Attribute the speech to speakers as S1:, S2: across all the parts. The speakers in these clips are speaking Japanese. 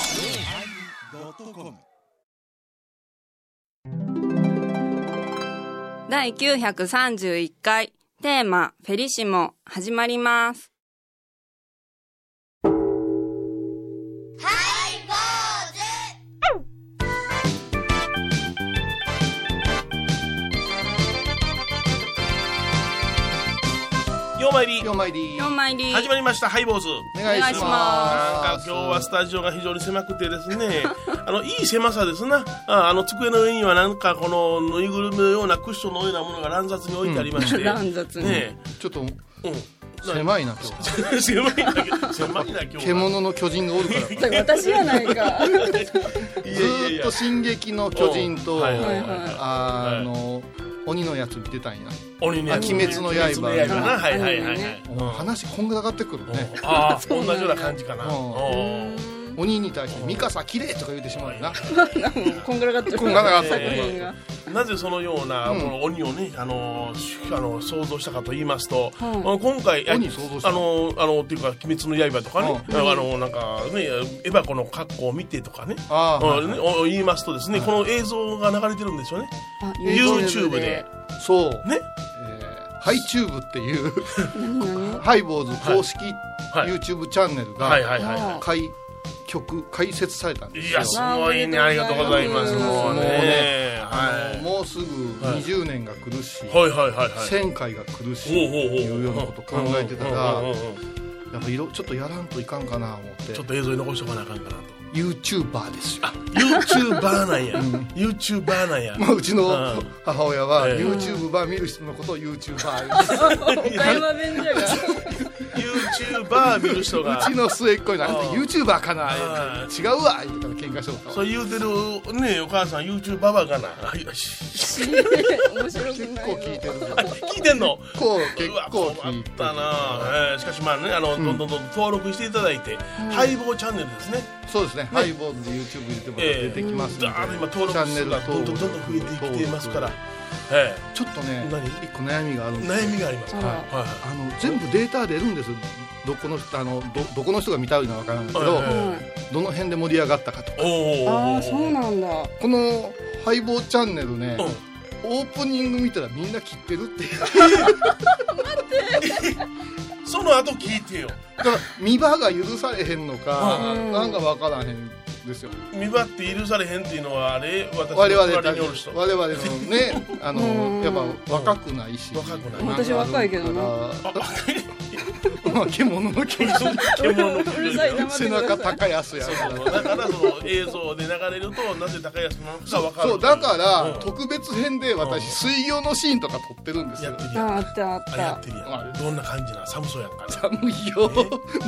S1: yosmir
S2: 第931回テーマ「フェリシモ」始まります
S3: ようまいり
S4: ようまいり
S2: 4枚入り
S3: 始まりましたハイボーズ
S4: お
S2: 願いします
S3: なんか今日はスタジオが非常に狭くてですね あのいい狭さですなああの机の上にはなんかこのぬいぐるみのようなクッションのようなものが乱雑に置いてありま して、
S2: 乱雑に
S3: ね
S4: ちょっと
S3: えうん
S4: 狭いな今日
S3: な 狭いな今 日狭いな今日
S4: 獣の巨人が おるからず
S2: 私やないか
S3: いやいやい
S4: ーっ
S3: や
S4: と「進撃の巨人と」
S3: はいはいはい
S4: あの鬼のやつ見てたんや
S3: 鬼ね
S4: あ鬼滅の刃
S3: 鬼滅の刃なはいはいはいはい、うん
S4: 話こんがらがってくるね
S3: ああ同じような感じかな
S4: うん
S3: うん
S4: 鬼に対して「ミカサ綺麗とか言うてしまうよな
S2: こんがらがってる
S4: こんがらがって
S3: る
S2: 作品が
S3: なぜそのような、この鬼をね、あのしあの想像したかと言いますと、あ今回あ
S4: 鬼想像した
S3: あのあのっていうか「鬼滅の刃」とかね、あのなんかねエヴァ子の格好を見てとかね。
S4: ああ
S3: うんねお言いますとですね、この映像が流れてるんですよね。
S2: あ
S3: YouTube で。
S4: そう
S3: ね。
S4: えーハイチューブっていうハイボーズ公式
S3: はい
S4: YouTube チャンネル
S3: はい
S4: が
S3: はいはいは
S4: 開局開設されたん
S3: い。
S4: で
S3: い
S4: すよ
S3: や、すごいね。ありがとうございます。もうね。は
S4: あの
S3: い。
S4: もうすぐ20年が来るし
S3: はいはいはいはい。
S4: 1000回が来るし
S3: ほうほうほう
S4: いうようなこと考えてた
S3: う
S4: ら
S3: んうんうんうん
S4: やっぱいろちょっとやらんといかんかな思って
S3: ちょっと映像に残しておかなあかんかなと。
S4: YouTuber ですよ
S3: ユーチューバーなんや。ユーチューバーなんや。
S4: まあうちの
S3: うん
S4: 母親は
S3: ええ
S4: YouTuber 見る人のことを YouTuber です
S2: 岡山弁じゃが
S3: ユーチューバー見る人が
S4: うちの末っ子になあんた YouTuber かな
S3: あ
S4: 違うわ言ってから喧嘩しとったわ
S3: そう言うてるねお母さんユーチューバーかなあよし
S2: 面白くない
S4: 結構聞いてるぞ
S3: 聞いてんの
S4: 結構結
S3: うわ
S4: 構
S3: 困
S4: 聞い
S3: って
S4: る
S3: たな、えーしかしまあねあの、どんどんどんどん登録していただいて、ハイボーチャンネルですね、
S4: そうですねハイボーズで YouTube 入れてもらって出てきますんで
S3: だーっと今登
S4: チ
S3: 録
S4: ャンネ
S3: 数
S4: ル
S3: がどん
S4: 登
S3: どんど
S4: 録
S3: んどん増えてきていますから、え
S4: ちょっとね
S3: 何
S4: 一個悩みがあるん
S3: え
S4: ですよ
S3: 悩みがあります
S2: あ
S3: からら、はいはい
S4: あの全部データ出るんですどこの人あのどどこの人が見たいのは分からないけど、
S3: はい
S2: はい
S4: どの辺で盛り上がったかとか
S3: お
S2: あ
S3: ー
S2: あそうなんだ
S4: この「ハイボーチャンネルね」
S3: うん
S4: オープニング見たらみんな切ってるっていう
S3: その後聞いてよ
S4: だから見場が許されへんのか、
S2: うん
S4: なんか分からへんですよ
S3: 見張って許されへんっていうのはあれ私
S4: 我々
S3: 隣におる人
S4: 我々のねあの
S2: うん
S4: やっぱ若くないし
S3: 若くない
S2: 私若いけどな
S4: なんか あるからまあ獣 の毛
S3: 獣の
S2: うるさい黙って
S4: 背
S2: くだ
S4: 中
S2: さい
S4: 高安やから
S3: そうだからその映像で流れるとなぜ高安なのか分かる
S4: そうだか
S3: う
S4: ら
S3: ん
S4: 特別編で私水魚のシーンとか撮ってるんです
S3: や
S4: よ
S3: って
S2: あ
S3: るやん
S2: あったあっ
S3: あやったてるやん
S4: あれ
S3: どんな感じな寒そうやんか
S4: 寒いよ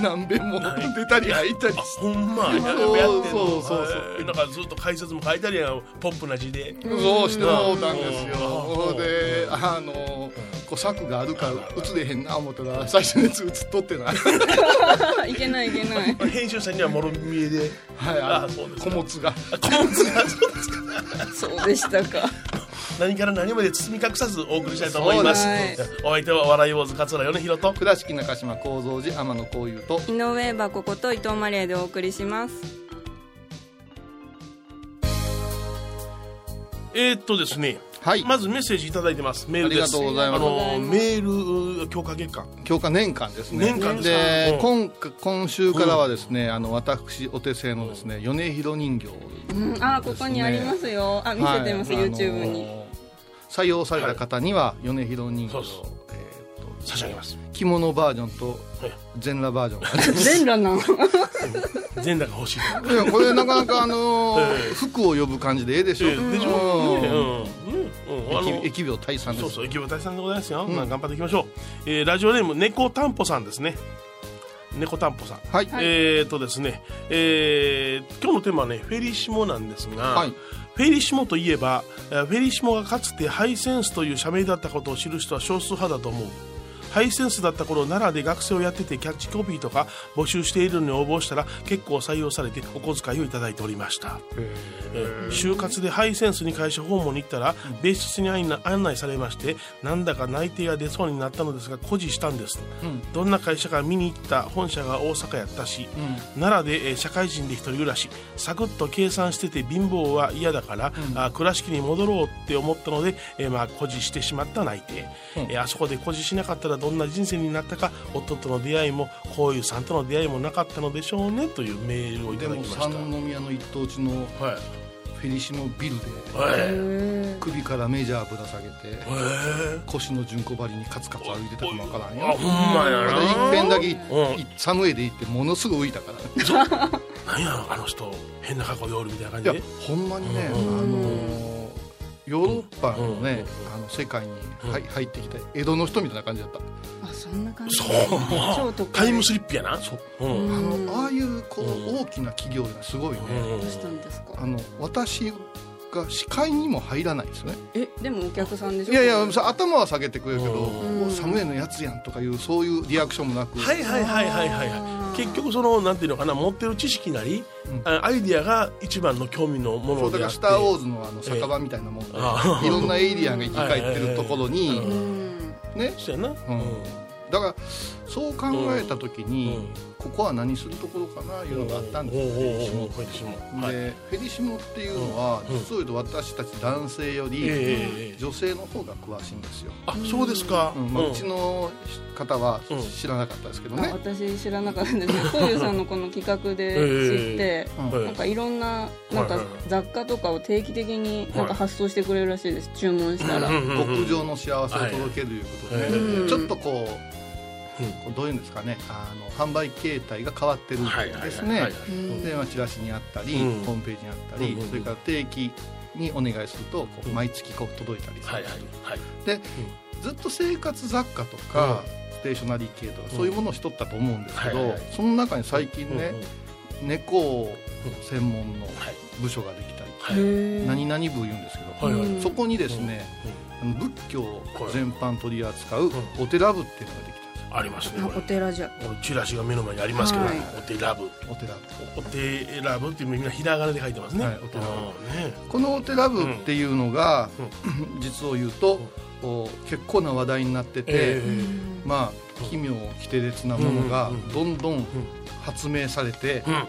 S4: 何べんも
S3: はい
S4: 出たり入ったり
S3: あ
S4: し
S3: ほんまやっぱやってん
S4: そう
S3: の
S4: そうそうそう
S3: はいなんかずっと解説も書いたりやんポップな字 で
S4: そうしてもうたんですよ
S3: うん
S4: であのこう柵があるから映れへんな思ったら 最初のやつ映っとっ てなはい
S2: あいけないいけない
S3: 編集者にはもろ見えで
S4: あ
S3: あそうで
S4: の
S3: す
S4: 小
S3: か
S4: 物が
S3: あこの図がそうですか
S2: そうでしたか
S3: 何から何まで包み隠さずお送りしたいと思います
S2: そうで
S3: お相手は笑い坊主桂米広と
S4: 倉敷中島幸三寺天野幸雄と
S2: 井上はここと伊藤マリアでお送りします
S3: えーっとですね
S4: はい
S3: まずメッセージいただいてますメールです
S4: ありがとうございます
S3: あのメール強化月間
S4: 強化年間ですね
S3: 年間です
S4: で、
S3: うん
S4: 今今週からはですね、あの私お手製のですね米広人形を
S2: うんあここにありますよあ見
S4: は
S2: せ
S4: い
S2: てます、
S4: あのー
S2: YouTube に
S4: 採用された方には米広人形を、
S3: そうそう
S4: えーと
S3: 差し上げます
S4: 着物バージョンと
S3: はい
S4: 全裸バージョンがあ
S2: 全裸なの
S3: 全裸が欲しいと
S4: る いやこれなかなかあのー
S3: ええ
S4: 服を呼ぶ感じでええでしょ、
S3: ええでし
S4: うん
S3: ょうんうんうんあの
S4: 疫疫病退散です
S3: そうそう疫病退散でございますよ、まあ、頑張っていきましょう、えーラジオネーム猫たんぽさんですね猫たんぽさん
S4: はい、
S2: はい
S3: えー、とですね、えー今日のテーマはねフェリシモなんですが、
S4: はい
S3: フェリシモといえばえーフェリシモがかつてハイセンスという社名だったことを知る人は少数派だと思うハイセンスだった頃奈良で学生をやっててキャッチコピーとか募集しているのに応募したら結構採用されてお小遣いをいただいておりました、えー就活でハイセンスに会社訪問に行ったら別室に案内案内されましてなんだか内定が出そうになったのですが誇示したんです、どんな会社か見に行った本社が大阪やったし、奈良で、えー社会人で一人暮らしサクッと計算してて貧乏は嫌だから、あ倉敷に戻ろうって思ったので、えーまあ、誇示してしまった内定、えーあそこで誇示しなかったらどんな人生になったか夫との出会いもこういうさんとの出会いもなかったのでしょうねというメールをい
S4: で
S3: ただき
S4: も
S3: ました
S4: 三宮の一等地の
S3: はい
S4: フェリシモビルで
S3: はい
S2: へー
S4: 首からメジャーぶら下げて
S3: へー
S4: 腰の順子張りにカツカツ歩いてたかもわからん
S3: あ
S4: よ
S3: ほんまやな
S4: 私一遍だけい
S3: うん
S4: いサムエで行ってものすごい浮いたから
S3: なんやあの人変な格好でおるみたいな感
S4: い
S3: じ
S4: や
S3: で
S4: ほんまにね、
S3: うん
S4: あのーヨーロッパのね、あの世界に入,、入ってきた江戸の人みたいな感じだった、
S2: あそんな感じ
S3: そう
S2: 超
S3: まあ
S2: 都会
S3: タイムスリップやな
S4: そう
S3: うん
S2: うん
S4: あのああいうこう、大きな企業がすごいね、
S3: うん
S2: どうしたんですか
S4: あの私が視界にも入らないですね
S2: えでもお客さんでしょ
S4: いやいやさ頭は下げてくれるけど
S3: うん
S4: 「おサムエのやつやん」とかいうそういうリアクションもなく、
S3: はいはいはいはいはい
S2: あー
S3: はい結局そのなんていうのかな持ってる知識なり、あアイディアが一番の興味のも
S4: そう
S3: の
S4: だ
S3: であ
S4: か
S3: って
S4: ら「スター・ウォーズ」のあの酒場みたいなもんで、
S3: あ
S4: いろんなエイリアンが生き返ってるところに、
S3: はいはいは
S2: う
S3: い
S2: ん
S4: ね
S3: そうやな、
S4: うん
S3: うん
S4: だからそう考えた時に、
S3: うん
S4: ここは何するところかないうのがあったんですよ
S3: おうおうおう
S4: フェリシモ
S3: フェリシモ
S4: で、
S3: はい
S4: フェリシモっていうのは、
S3: うん
S4: 実を言うと私たち男性よ
S3: ええ
S4: り
S3: ええええ
S4: 女性の方が詳しいんですよ、
S3: あそうですか、
S4: うんまあ
S3: うん
S4: うちの方は
S3: うん
S4: 知らなかったですけど
S2: あ
S4: ね、
S2: 私知らなかったんですけど東洋さんのこの企画 で知って、
S4: うん
S3: はい
S2: なんかいろんななんか
S3: はいはいはい
S2: 雑貨とかを定期的になん
S3: はい
S2: か発送してくれるらしいです注文したら、
S3: うんうんうん
S4: 極上の幸せを届けるということで、
S3: はい
S2: うん
S4: ちょっとこう、
S3: うん
S4: こうどういうんですかねあの販売形態が変わってるん
S3: はいはいはい
S4: です
S3: は
S4: ね
S2: う
S3: い
S2: ん
S4: で、まあ、チラシにあったり、
S3: うん
S4: ホームページにあった
S3: う
S4: り、
S3: んうんうん
S4: それから定期にお願いするとこう
S3: うん
S4: 毎月こう届いたりする、
S3: はいはいはい
S4: ずっと生活雑貨とか、ステーショナリー系とかそういうものをしとったと思うんですけど、
S3: はいはいはい
S4: その中に最近ね、
S3: うんうん
S4: 猫専門の
S3: はい
S4: 部署ができたり、
S3: はい
S2: へー
S4: 何々部言うんですけど、
S3: はいはい
S2: うん
S4: そこにですね、あの仏教全般取り扱うお寺部っていうのができたんですよ
S3: ありますね
S2: あ
S3: これ
S2: お寺じゃ
S3: このチラシが目の前にありますけど、
S2: はい
S3: お手ラブ
S4: お寺部
S3: お手ラブってみんなひらがなで書いてますね、
S4: はいお手ラブ
S3: うんね
S4: このお寺部っていうのが、実を言うと、こう結構な話題になってて、
S3: ええ
S4: まあ奇妙奇手烈なものが
S3: うん
S4: どんどん発明されて、
S3: うん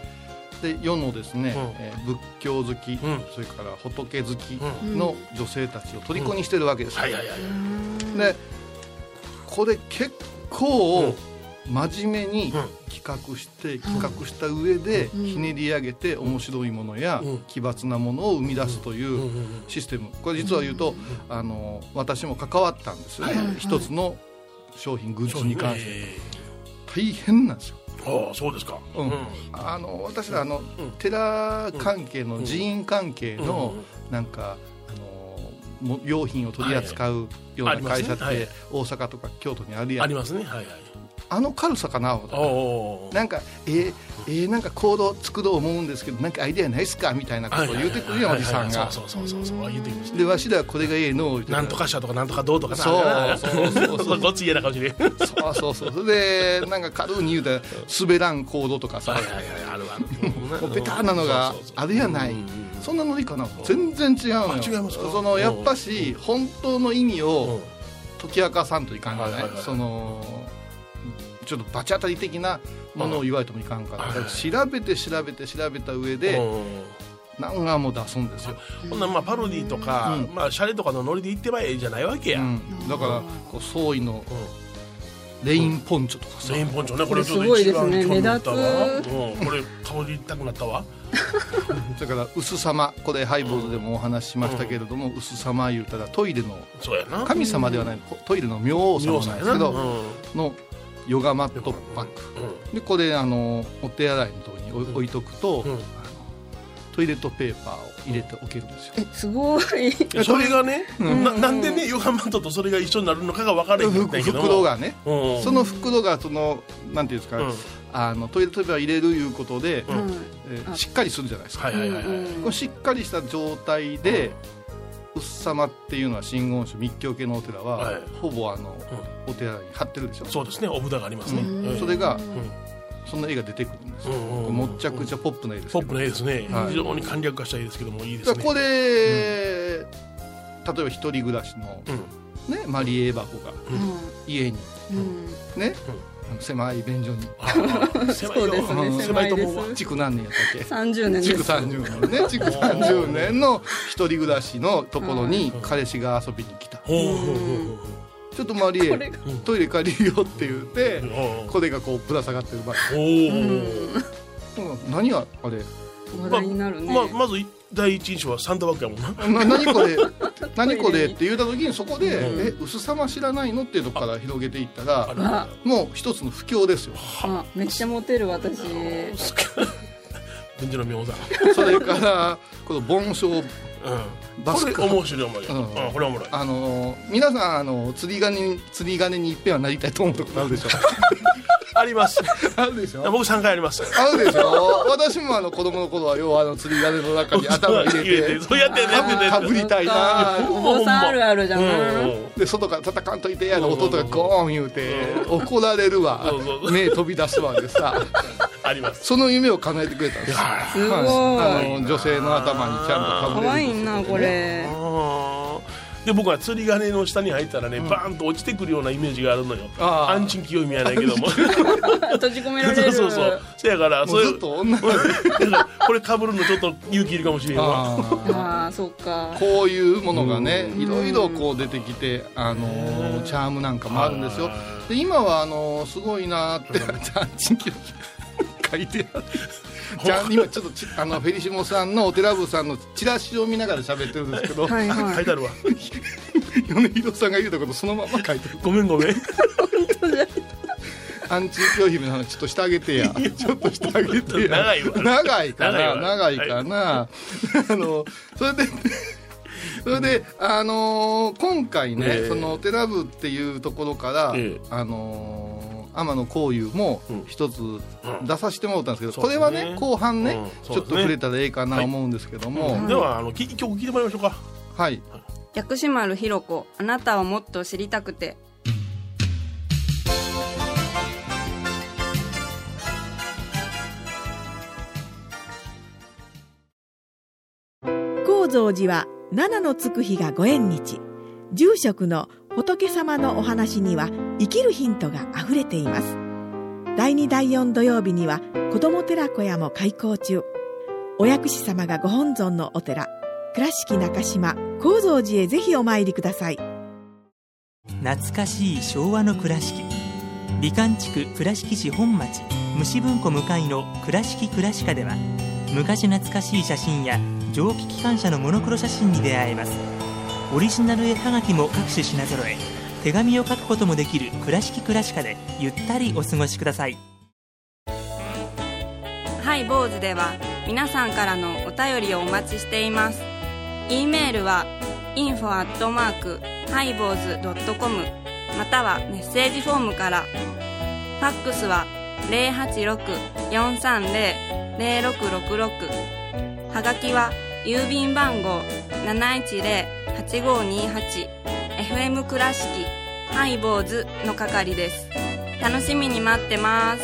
S4: で世のですね、
S3: うん
S4: えー仏教好き、
S3: ん
S4: それから仏好き
S3: うん
S4: の女性たちを虜にしてるわけですよ、
S3: はいはいはい
S4: でこれ結構真面目に企画して企画した上で
S2: ん
S4: ひねり上げて面白いものや
S3: うん
S4: 奇抜なものを生み出すというシステムこれ実は言うとあの私も関わったんですよ
S3: はいは
S4: ね
S3: い
S4: 一つの商品グッズに関して
S3: え
S4: 大変なんですよ。
S3: えああそうですか、
S4: うんあの私らあの、寺関係の寺院関係の、なんかあのも用品を取り扱うよう
S3: あ
S4: な
S3: ります
S4: 会
S3: ね
S4: 社って、
S3: はい
S4: 大阪とか京都にあるや
S3: あり
S4: んあ
S3: ますねはいはい
S4: の軽さかな
S3: おお
S4: なんかえーえーなんか行動作ろう思うんですけどなんかアイデアないっすかみたいなことを言うてくるやんおじさんが
S3: そうそうそうそう言ってきます
S4: でわしらこれがええのう
S3: なんとか社とかなんとかどうとか
S4: そう
S3: な
S4: そうそう
S3: そ
S4: そう
S3: うごっつい嫌な顔してる
S4: そうそうそうそれでなんか軽うに言うたら滑らん行動とかさ
S3: はいはいはいあるある
S4: もうベターなのがあるやない
S3: うんうん
S4: そんなノリかな全然違うのよ
S3: あ違いますか
S4: そのやっぱし本当の意味
S3: うん
S4: を解き明かさんといかんじゃ
S3: はい
S4: ない
S3: はいはい
S4: そのちょっとバチ当たり的なものを言われてもいかんか
S3: は
S4: ら
S3: い
S4: だから調べて調べて調べた上
S3: う
S4: で
S3: んうん
S4: 何がも出すんですよ、
S3: ほんならまあパロディとか
S4: うん
S3: まあシャレとかのノリで言ってばええじゃないわけ
S4: う
S3: やうん
S4: ん、だからこう総意の
S3: うん
S4: レインポンチョとかさ、
S3: レインポンチョねこれちょっ
S2: すご
S3: と
S2: い
S3: 一
S2: です
S3: 番
S2: ね
S3: 興味持ったわ
S2: 目
S3: うん
S2: 立
S3: これ顔で言いたくなったわ
S4: それから薄様これハイボールでもお話ししましたけれども、薄様言うたらトイレの
S3: そうやな
S4: 神様ではないトイレの明王様なんですけど、
S3: うんうん
S4: のヨガマットパックでこれあのお手洗いのところに置い置いとくと、
S3: うん
S4: あのトイレットペーパーを入れておけるんですよ。
S2: えすごい
S3: いやそれがね
S2: ん
S3: ななんでねヨガマットとそれが一緒になるのかが分かれへんかったんや
S4: ふ
S3: けど
S4: 袋がね、
S3: うん
S4: その袋がそのなんていうんですか、
S3: うん
S4: あのトイレットペーパーを入れるいうことで、
S3: うん
S2: うん
S4: えーしっかりするじゃないですか。
S3: はいはいはいはい
S2: うん
S4: これしっかりした状態で、うっさまっていうのは真言宗密教系のお寺は、
S3: はい
S4: ほぼあの、お寺に貼ってるでしょ
S3: そうですねお札がありますね、
S4: うん
S3: ええ
S4: それが、
S3: ん
S4: そんな絵が出てくるんですよ、
S3: うんうんうん
S4: もっちゃくちゃポップな絵です
S3: ポ
S4: け
S3: ッ
S4: ど
S3: プな絵ですね、
S4: はい
S3: 非常に簡略化した絵ですけどもいいで
S4: だ
S3: すね
S4: からこれ、例えば一人暮らしの、
S3: うん
S4: ね、マリエバコが家に
S2: うん
S4: ね、あの狭い便所に
S3: あー狭いよ
S2: そうです
S4: ね
S3: ん
S2: 狭い
S3: と
S2: です
S3: 思うわ
S4: 築何年やったっけ
S2: 30年で
S4: 築
S2: す
S4: 30年ね築30年の一人暮らしのところに
S3: うん
S4: 彼氏が遊びに来た、
S3: ほうほうほうほう
S4: ちょっとマリ
S2: これ
S4: エ
S2: が
S4: トイレ借りるよって言って、
S3: うん
S4: これがこうぶら下がってる場合
S3: おー
S4: うん何があれ
S2: 話題になるね、
S3: ままずい第一印象はサンダーバッグやもんな
S4: な何これ何これって言うた時にそこで「
S3: うん
S4: え薄さま知らないの?」っていうとこから広げていったら
S3: あら
S4: もう一つの不況ですよ
S2: あめっちゃモテる私
S3: 文治の妙だ
S4: それからこの盆栽
S3: うん
S4: バス
S3: こ
S4: カ
S3: れ面白い面
S4: うん
S3: 白いうんこれおもろい
S4: あの皆さんあの釣り鐘に釣り鐘にいっぺんはなりたいと思うとこある でしょ
S3: あります
S4: あるでしょ
S3: 僕3回あります
S4: あるでしょ私もあの子供の頃はようあの釣り鐘の中に頭入れて
S3: そうやってやってや
S4: か
S3: って
S4: ぶりたいな
S2: お坊さんあるあるじゃ
S3: うん
S2: な
S3: う
S2: い
S3: ん
S4: で外から叩かんといてやの弟がゴーン言うて怒られるわ
S3: そうそうそう
S4: 目飛び出すわでさ
S3: あります
S4: その夢を叶えてくれたんです
S2: すごい
S4: はいあの女性の頭にちゃんとかぶれる
S2: 可愛いなこれ
S3: あーで僕は釣り鐘の下に入ったらね、バーンと落ちてくるようなイメージがあるのよ
S4: あー
S3: アンチン清宮やないけどもそ
S2: 閉じ込められ
S3: う
S2: る
S3: そうそうせやから
S4: も
S3: そうれ
S4: ずっと女の子
S3: だから これかぶるのちょっと勇気いるかもしれんわ
S4: あ
S2: ああそっか
S4: ーこういうものがね
S2: ん
S4: いろいろこう出てきて、あのーチャームなんかもあるんですよ
S3: はいはいは
S4: で今はあのーすごいなーってチャーチンキ書いてあるじゃあ今ちょっとちあのフェリシモさんのお寺部さんのチラシを見ながら喋ってるんですけど、
S2: はいは
S3: 書い
S2: い
S3: てあるわ
S4: 米広さんが言うたことそのまま書いてる
S3: ごめんごめん
S4: アンチン教姫の話ちょっとしてあげてやちょっとしてあげてや
S3: 長いわ
S4: 長いかな
S3: 長
S4: 長
S3: い
S4: い
S3: わ
S4: かな、あのそれでそれで、あのー今回ね、
S3: ええ
S4: そのお寺部っていうところから、
S3: ええ
S4: あのー天野幸雄も
S3: うん
S4: 一つ出させてもらったんですけど、
S3: そう
S4: こ
S3: です
S4: れ
S3: ね
S4: はね後半ね,、
S3: うん
S4: ち
S3: そう
S4: ょっと
S3: ですね
S4: 触れたらええかな思うんですけども、
S3: ではあのき曲聴いてもらいましょうか
S4: はい、
S2: 薬師丸ひろ子あなたをもっと知りたくて
S1: 高蔵寺は七のつく日がご縁日住職の仏様のお話には生きるヒントがあふれています第2第4土曜日には子ども寺小屋も開校中お薬師様がご本尊のお寺倉敷中島・高蔵寺へぜひお参りください
S5: 懐かしい昭和の倉敷美観地区倉敷市本町虫文庫向かいの「倉敷倉歯科」では昔懐かしい写真や蒸気機関車のモノクロ写真に出会えますオリジナル絵はがきも各種品揃え手紙を書くこともできる「倉敷倉歯科」でゆったりお過ごしください
S2: ハイボーズでは皆さんからのお便りをお待ちしています。e メールは info アットマークハイボーズドットコムまたはメッセージフォームから。ファックスは086-430-0666はがきは郵便番号710-8528 FM 倉敷ハイボーズの係です。楽しみに待ってます。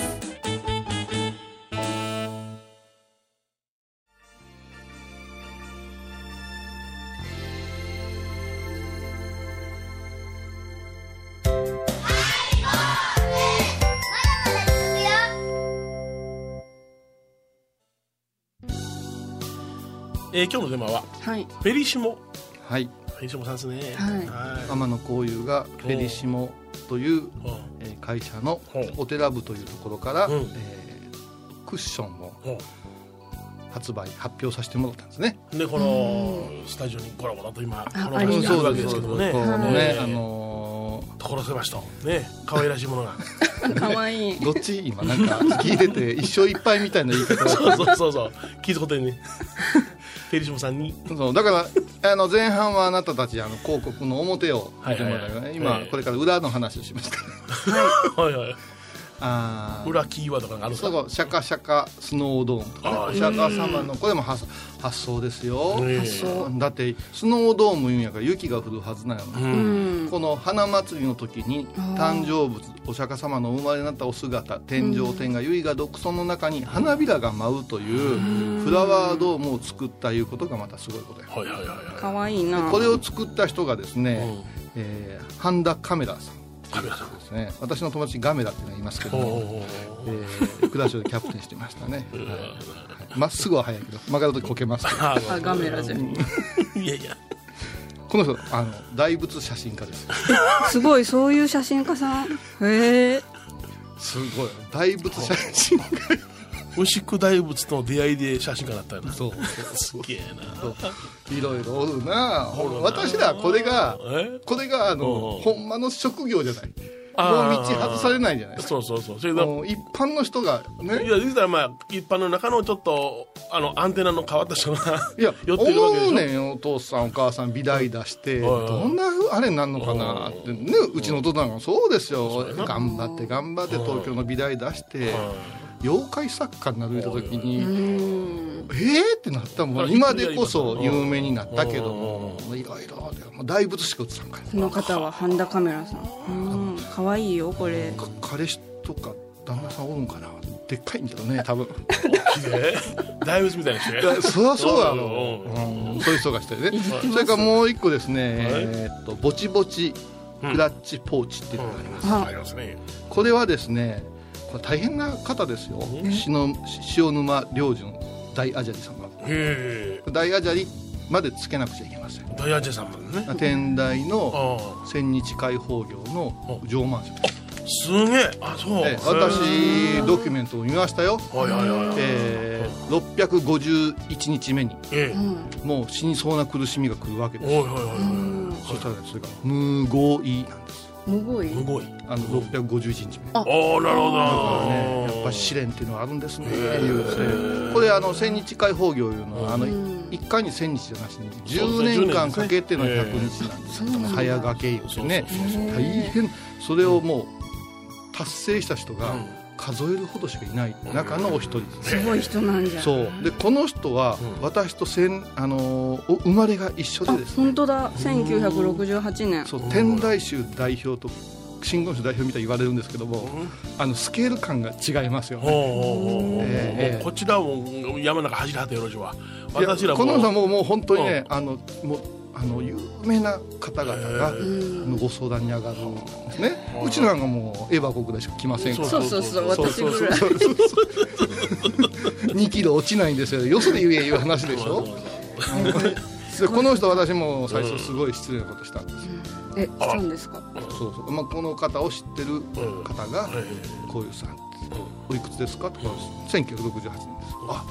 S3: えー今日のテーマは
S2: はい。
S3: 「フェリシモ」
S4: はい、
S3: フェリシモさんですね
S2: はい
S3: は
S4: 天野幸雄がフェリシモという、
S3: いうん
S4: えー会社の
S3: ほう
S4: お寺部というところから、
S3: うん
S4: えークッションを
S3: ほ
S4: 発売発表させてもらったんですね。
S3: うでこのスタジオにゴロゴロと今
S2: あ
S3: 転が
S2: う
S3: し
S2: ん
S3: て
S2: あ
S3: あ
S2: り
S3: る
S2: が
S3: わけですけどもね
S4: こう
S3: はい
S4: ね、あの
S3: 所狭しとね可愛らしいものが
S2: かわいい
S4: ー。どっち今なんか聞いてて一生いっぱいみたいな言い方だ
S3: そうそうそうそう気づくことにねフェリシモさんに
S4: そうだからあの前半はあなたたちあの広告の表を見てもらうね、
S3: はいはいはい
S4: 今
S3: ええ
S4: これから裏の話をしますから
S3: はいはい
S4: あー
S3: 裏キーワードがあるんです
S4: そう
S3: か
S4: かシャカシャカスノードームとかね
S3: あー
S4: お釈迦様のこれも発発想ですよ、
S3: ねえ
S6: 発想
S4: だってスノードーム言うんやから雪が降るはずなのに、
S6: うん
S4: この花祭りの時に誕生物お釈迦様のお生まれになったお姿天上天が唯我独尊の中に花びらが舞うというフラワードームを作ったいうことがまたすごいことや
S3: はいはいはいは
S2: かわいいな
S4: これを作った人がです
S3: い、う
S4: ね、
S3: ん、
S4: えー、半田カメラさん
S3: カメラさん
S4: ですね私の友達ガメラっていうのがいますけど
S3: おうお
S4: も、
S3: うおう
S4: えー、クラッシュでキャプテンしてましたねはいはいまっすぐは速いけど曲がるとこけますけど
S3: あ
S6: あガメラじゃん
S3: いやいや
S4: この人あの大仏写真家です
S6: すごいそういう写真家さんへえ
S4: すごい大仏写真家
S3: 牛久大仏との出会いで写真家だったよな
S4: そう
S3: すげえな
S4: そういろいろおるな私らこれが
S3: え
S4: これがあ
S3: おうお
S4: の
S3: う
S4: ほんまの職業じゃないこ
S3: あー
S4: の道外されないじゃない
S3: そうそうそうそれで
S4: もう一般の人が
S3: い
S4: ね
S3: や言うたらまあ一般の中のちょっとあのアンテナの変わった人が
S4: いや
S3: 寄
S4: 思
S3: ってるわけでしょ
S4: うねんお父さんお母さん美大出して
S3: おい
S4: どんなあれになんのかなってねうちのお父さんがそうですよ頑張って頑張って東京の美大出して妖怪作家になる時に
S6: うん
S4: えーってなったもん今でこそ有名になったけどもいろいろもう大仏しか映さんから
S6: この方はハンダカメラさんうんかわいいよこれ
S4: か彼氏とか旦那さんおるんかなでっかいんだろう ね多分
S3: で大仏みたいにして
S4: いやそりゃそうやろ
S3: おう
S4: うんそういう人が一人ねそれからもう一個ですね、
S3: はい
S4: えーっとぼちぼちクラッチポーチっていうのがあります、
S6: あ
S3: ありますね
S4: これはですねこれ大変な方ですよ篠塩沼良順大アジャリ様
S3: へえ
S4: 大アジャリまでつけなくちゃいけません
S3: ダイアンジェさんもね
S4: 天台の
S3: ああ
S4: 千日開放業の上満者
S3: すげえあそう
S4: ええ私ドキュメントを見ましたよ
S3: はいはいはいはい
S4: えー、651日目に
S3: ええ
S4: もう死にそうな苦しみが来るわけで
S3: お
S4: す
S3: いはいはいは
S4: そしたらそれが「無合意」なんです
S6: むごい
S3: いすごい
S4: あの651日目
S3: ああーなるほど
S4: ねやっぱ試練っていうのはあるんですねっていうですねこれあの千日開放業いうのはあの1回に千日じゃなしに10年間かけての100日なんですよ早掛けいうてね大変それをもう達成した人が数えるほどしかいない中のお一人です
S6: すごい人なんじゃん
S4: そうでこの人は
S3: うん
S4: 私とせん、あのーお生まれが一緒でですね
S6: 本当だ1968年
S4: そう天台宗代表と真言宗代表みたいに言われるんですけども、あのスケール感が違いますよ
S3: おう
S4: ね。
S3: おうおうおう
S4: ええ
S3: こちらも山の中走りはってよろしいわ
S4: いや
S3: 私らも
S4: この人はもうもう本当にね、あのもうあの有名な方々があのご相談に上がるんですね、うちなんかもうエヴァ国でしか来ませんから
S6: そうそうそう私ぐらい
S4: 2キロ落ちないんですよよそで言えいう話でしょでこの人私も最初すごい失礼なことしたんですよ、
S6: えしたんですか
S4: そうそうまあ、この方を知ってる方が「こういうさん」おいくつですか?」とか「1968年です」あ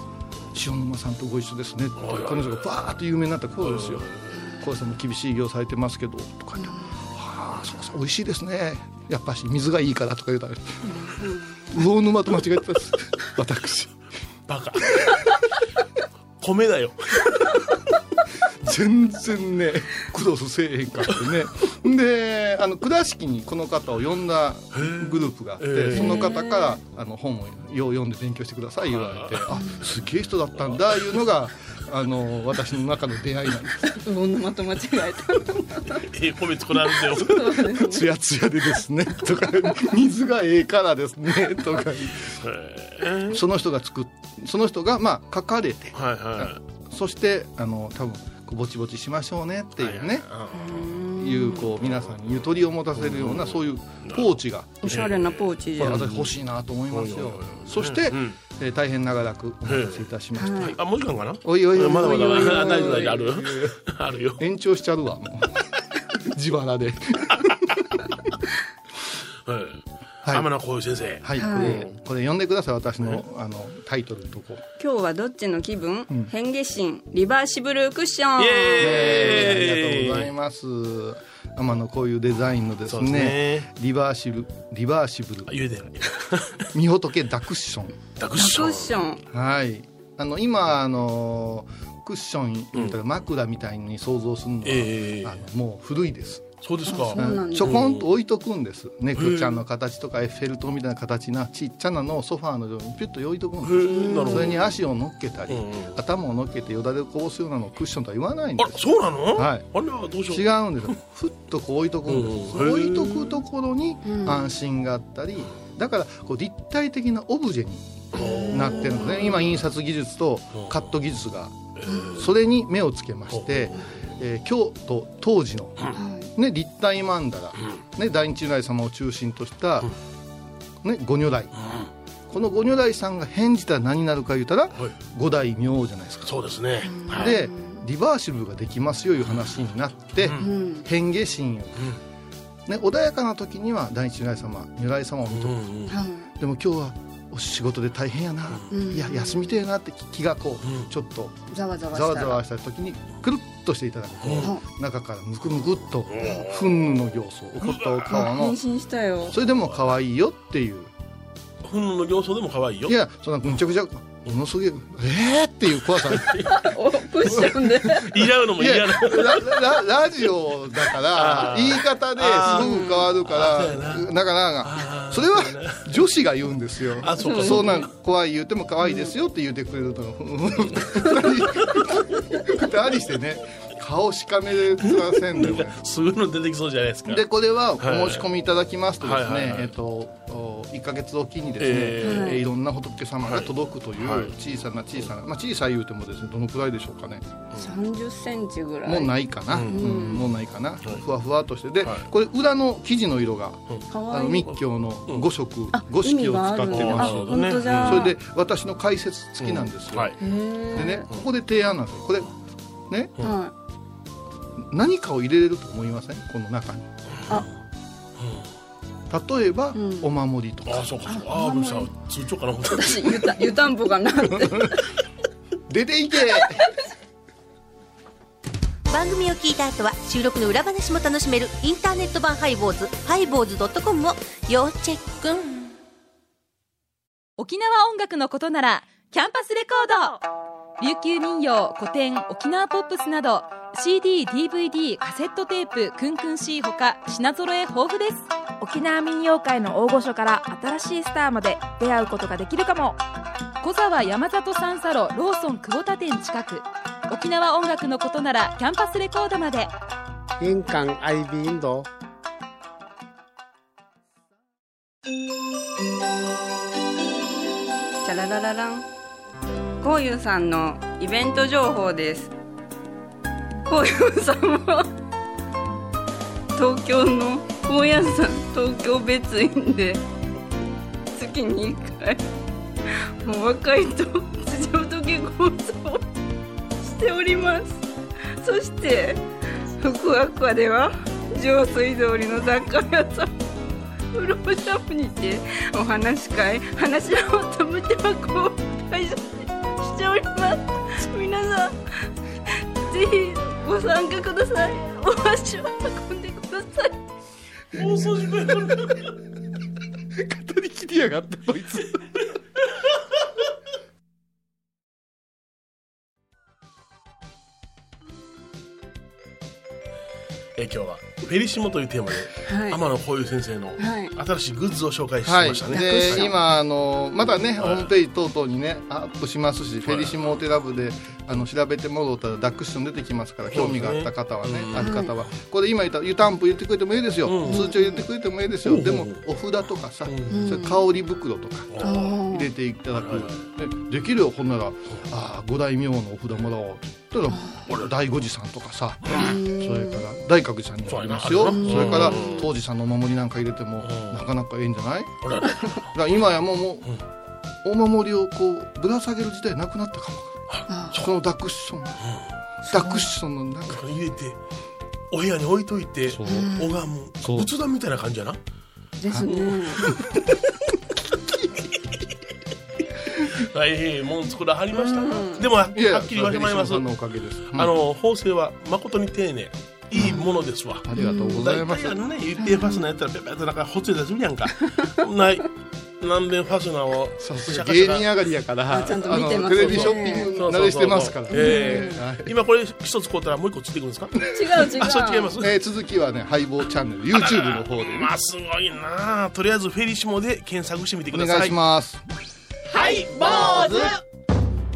S4: 塩沼さんとご一緒ですね」って彼女がバーッと有名になった頃ですよ「こういうさんも厳しい業されてますけど」とか言って「ああそうそう美味しいですねやっぱし水がいいから」とか言うたら「魚沼と間違えてたんです 私
S3: バカ 米だよ
S4: 全然ね苦労せえへんかってねであの倉敷にこの方を呼んだグループがあって、
S3: へえ
S4: その方からあの本をよう読んで勉強してください言われてあすげえ人だったんだいうのがあの私の中の出会いなんです
S6: 魚沼と間違え
S3: ええ米作られて よ
S4: ツヤツヤでです ねとか水がええからですねとかその人が作っその人がまあ書かれて
S3: はいは
S4: そしてあの多分こうぼちぼちしましょうねっていうね、いうこう皆さんにゆとりを持たせるようなそういうポーチが
S6: たおしゃれなポーチじ
S4: こ
S6: ゃ
S4: れ
S6: ん
S4: 私欲しいなと思いますよそし
S3: い
S4: て
S3: うん
S4: えー大変長らくお待たせいたしました
S6: はい
S3: あもう時間かな
S4: おいおいおい
S3: まだまだ
S4: おいおいおい
S3: あ大丈夫大丈夫ある あるよ
S4: 延長しちゃう わもう自腹で
S3: はい
S4: い
S3: 天野浩一先生
S4: はいこれこれ読んでください私のあのタイトルのとこ
S2: 今日はどっちの気分、変化神リバーシブルクッション
S3: イ
S4: ありがとう
S3: エ
S4: ござ
S3: ーイ
S4: います天野こういうデザインのです
S3: そうです
S4: ね
S3: ね
S4: リバーシブルリバーシブル
S3: 言う てない
S4: みほとけダクッション
S3: ダクッ
S2: ク
S3: シ
S2: ッ
S3: ョ
S2: シ
S3: ン
S2: ョン
S4: はい、あの今あのクッションとか枕みたいに想像するのは、
S3: ええ
S4: あのもう古いです
S3: そうですか
S6: そうなんだ
S4: ちょこんと置いとくんです猫ちゃんの形とかエッフェル塔みたいな形なちっちゃなのをソファーの上にピュッと置いとくん
S3: へえなるほ
S4: です
S3: ど
S4: それに足を乗っけたり、
S3: うんうん
S4: 頭を乗っけてよだれをこぼすようなのをクッションとは言わないんで
S3: あら
S4: す
S3: そうなの、
S4: はい
S3: あれはどうしよう
S4: 違うんですよ ふっとこう置いとくんです、
S3: うん
S4: 置いとくところに
S6: うん
S4: 安心があったり、だからこう立体的なオブジェになってるんですね今印刷技術とカット技術がそれに目をつけまして、えー京都当時の、ね、立体曼荼羅、ね、大日如来様を中心とした、ね、五如来、この五如来さんが返事たら何になるか言うたら、五大明王じゃないですか。
S3: そうですね、はい
S4: でリバーシブルができますよいう話になって、
S6: うん
S4: 変化心よ、ね、穏やかな時には大日如来様如来様を見と
S3: う
S4: く、
S3: んうん
S6: はい
S4: でも今日はお仕事で大変やな、
S6: うん
S4: いや休みてえなって気がこう、ちょっと
S6: ざわざわ
S4: ざ
S6: した
S4: わざ
S6: ら
S4: わした時にくるっとしていただく、
S6: う
S4: 中からむくむくっと憤怒の行相怒ったお顔
S6: 変
S4: の
S6: 身したよ
S4: それでも可愛いよっていう
S3: ふんの行走でも可愛いよ
S4: いやそんなむちゃくちゃものすごいえーっていう怖さい
S6: おクッションで
S3: 言い合うのも
S4: や
S3: 嫌な
S4: ラララジオだから
S3: あー
S4: 言い方ですごく変わ
S3: あ
S4: る
S3: ー
S4: か
S3: そう
S4: らなかな
S3: あ
S4: か
S3: ー
S4: それは女子が言うんですよ
S3: あそうか
S4: そんなん怖い言うても可愛いですよって言ってくれると2人してね顔しかめでつませんでも。
S3: すぐの出てきそうじゃないですか
S4: でこれはお
S3: はい
S4: 申し込みいただきますとですね、
S3: はいはいはい
S4: えっとお1か月おきにですね、
S3: え
S4: え
S6: ー
S4: ーいろんな仏様が届くという
S3: はい
S4: 小さな小さな、まあ、小さい言うてもですねどのくらいでしょうかね、
S6: 三十センチぐらい
S4: もうないかな、
S3: うん
S4: うんもうないかな、ふわふわっとしてで、
S3: はい
S4: これ裏の生地の色が、
S6: 可
S4: あ
S6: 愛
S4: の
S6: い
S4: 密教の五色、
S6: あ
S4: 五色を使って
S6: 意味がある
S4: ま
S6: あ
S4: す
S3: そうだ
S6: 本
S3: ね
S6: 当じゃ
S4: それで私の解説付きなんですよ、
S3: はい
S4: で
S6: で
S4: ねここで提案なんですよこれね
S6: は
S4: 何かを入れれると思いませんこの中に
S6: あ
S4: 例えば、
S6: ん
S4: お守りとか
S3: あそうかそうかああーもうさ通帳かな思った
S6: い私湯た湯たんぽがなって
S4: 出ていけ
S7: 番組を聞いた後は収録の裏話も楽しめるインターネット版ハイボーズハイボーズ .com を要チェック
S8: 沖縄音楽のことならキャンパスレコード琉球民謡古典沖縄ポップスなど CDDVD カセットテープクンクン C ほか品揃え豊富です
S9: 沖縄民謡界の大御所から新しいスターまで出会うことができるかも
S8: 小沢山里三佐路ローソン久保田店近く沖縄音楽のことならキャンパスレコードまで
S10: 印鑑 IB 印度
S2: チャラララランこうゆうさんのイベント情報ですこうゆうさんは東京の高野山東京別院で月に1回お若いと辻本結婚をしておりますそして福岡では上水通りの雑貨屋さんフローシャフにてお話し会話し合おうと無手箱を開催しております皆さんぜひご参加くださいお足を運んでください
S3: 放送事故やから
S4: 語りきりやがったこいつ
S3: え今日は「フェリシモ」というテーマで
S6: はい
S3: 天野こういう先生の
S6: はい
S3: 新しいグッズを紹介して
S4: はい、
S3: ましたね、
S4: で
S3: はい
S4: 今あのまだね、
S3: はい
S4: ホームページ等々にねアップしますし、フェリシモーテラブであの調べてもろたらダックッション出てきますから
S3: そう
S4: 興
S3: ですね
S4: 味があった方はね、ある方はこれ今言った湯たんぽ言ってくれてもいいですよ、
S3: うん
S4: 通帳言ってくれてもいいです
S3: う
S4: よ、
S3: ん
S4: でもお札とかさ、
S3: うん
S4: それ香り袋とか入れていただく、でできるよほんなら「ああ五大名のお札もらおう」って言ったら「俺大五次さん」とかさ、それから大覚寺さんにもありますよ、
S3: そうやな
S4: それから当時さんのお守りなんか入れても、なかなかいいんじゃない
S3: あら
S4: だから今やもうもう、お守りをこうぶら下げる時代なくなったかもそこのダックッション、ダックッションの中
S3: 入れてお部屋に置いといて
S4: そう
S3: 拝む仏壇みたいな感じやな
S6: ですね
S3: 大変もん作らはりましたなでもはっき
S4: い
S3: り
S4: や
S3: 言わせまいります
S4: さんのおかげです、うん
S3: あの縫製は誠に丁寧いいものですわ、
S4: ありがとうござい
S3: 大
S4: ます
S3: 体あのね言ってファスナーやったらペペッとなんかほつれたりするやんかない南米ファスナーをシャカシ
S4: 芸
S3: ャカ
S4: 人上がりやから
S3: あちゃんと見てます
S4: あのテレビショッピング慣れしてますからね
S3: ええ
S4: はい
S3: 今これ一つ買うたらもう一個ついてくるんですか
S11: 違う違う
S3: あそれ違います
S4: えー続きはねハイボーチャンネル YouTube の方でね
S3: まあすごいなあとりあえずフェリシモで検索してみてく
S4: お
S3: ださい
S4: 願いします
S3: はい坊主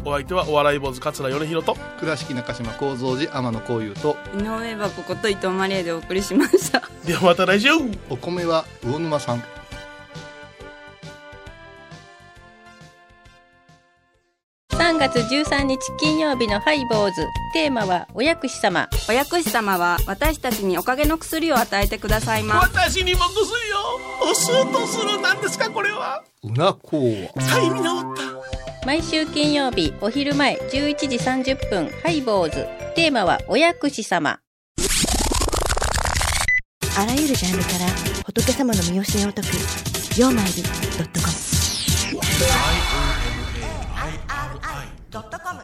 S3: お相手はお笑い坊主桂米広と
S4: 倉敷中島幸三寺天野幸雄と
S2: 井上箱こと伊藤マリエでお送りしました
S3: ではまた来週
S4: お米は魚沼さん
S8: 3月13日金曜日のハイボーズテーマはお薬師様
S2: お薬師様は私たちにおかげの薬を与えてくださいます
S3: 私にも薬をおスーとするなんですかこれは
S4: うなこうは
S3: タイミの
S8: 毎週金曜日お昼前11時30分ハイボーズテーマはお薬師様
S7: あらゆるジャンルから仏様の身教えを解く「曜マイルドットコ
S12: r
S7: ム」
S12: i ドットコム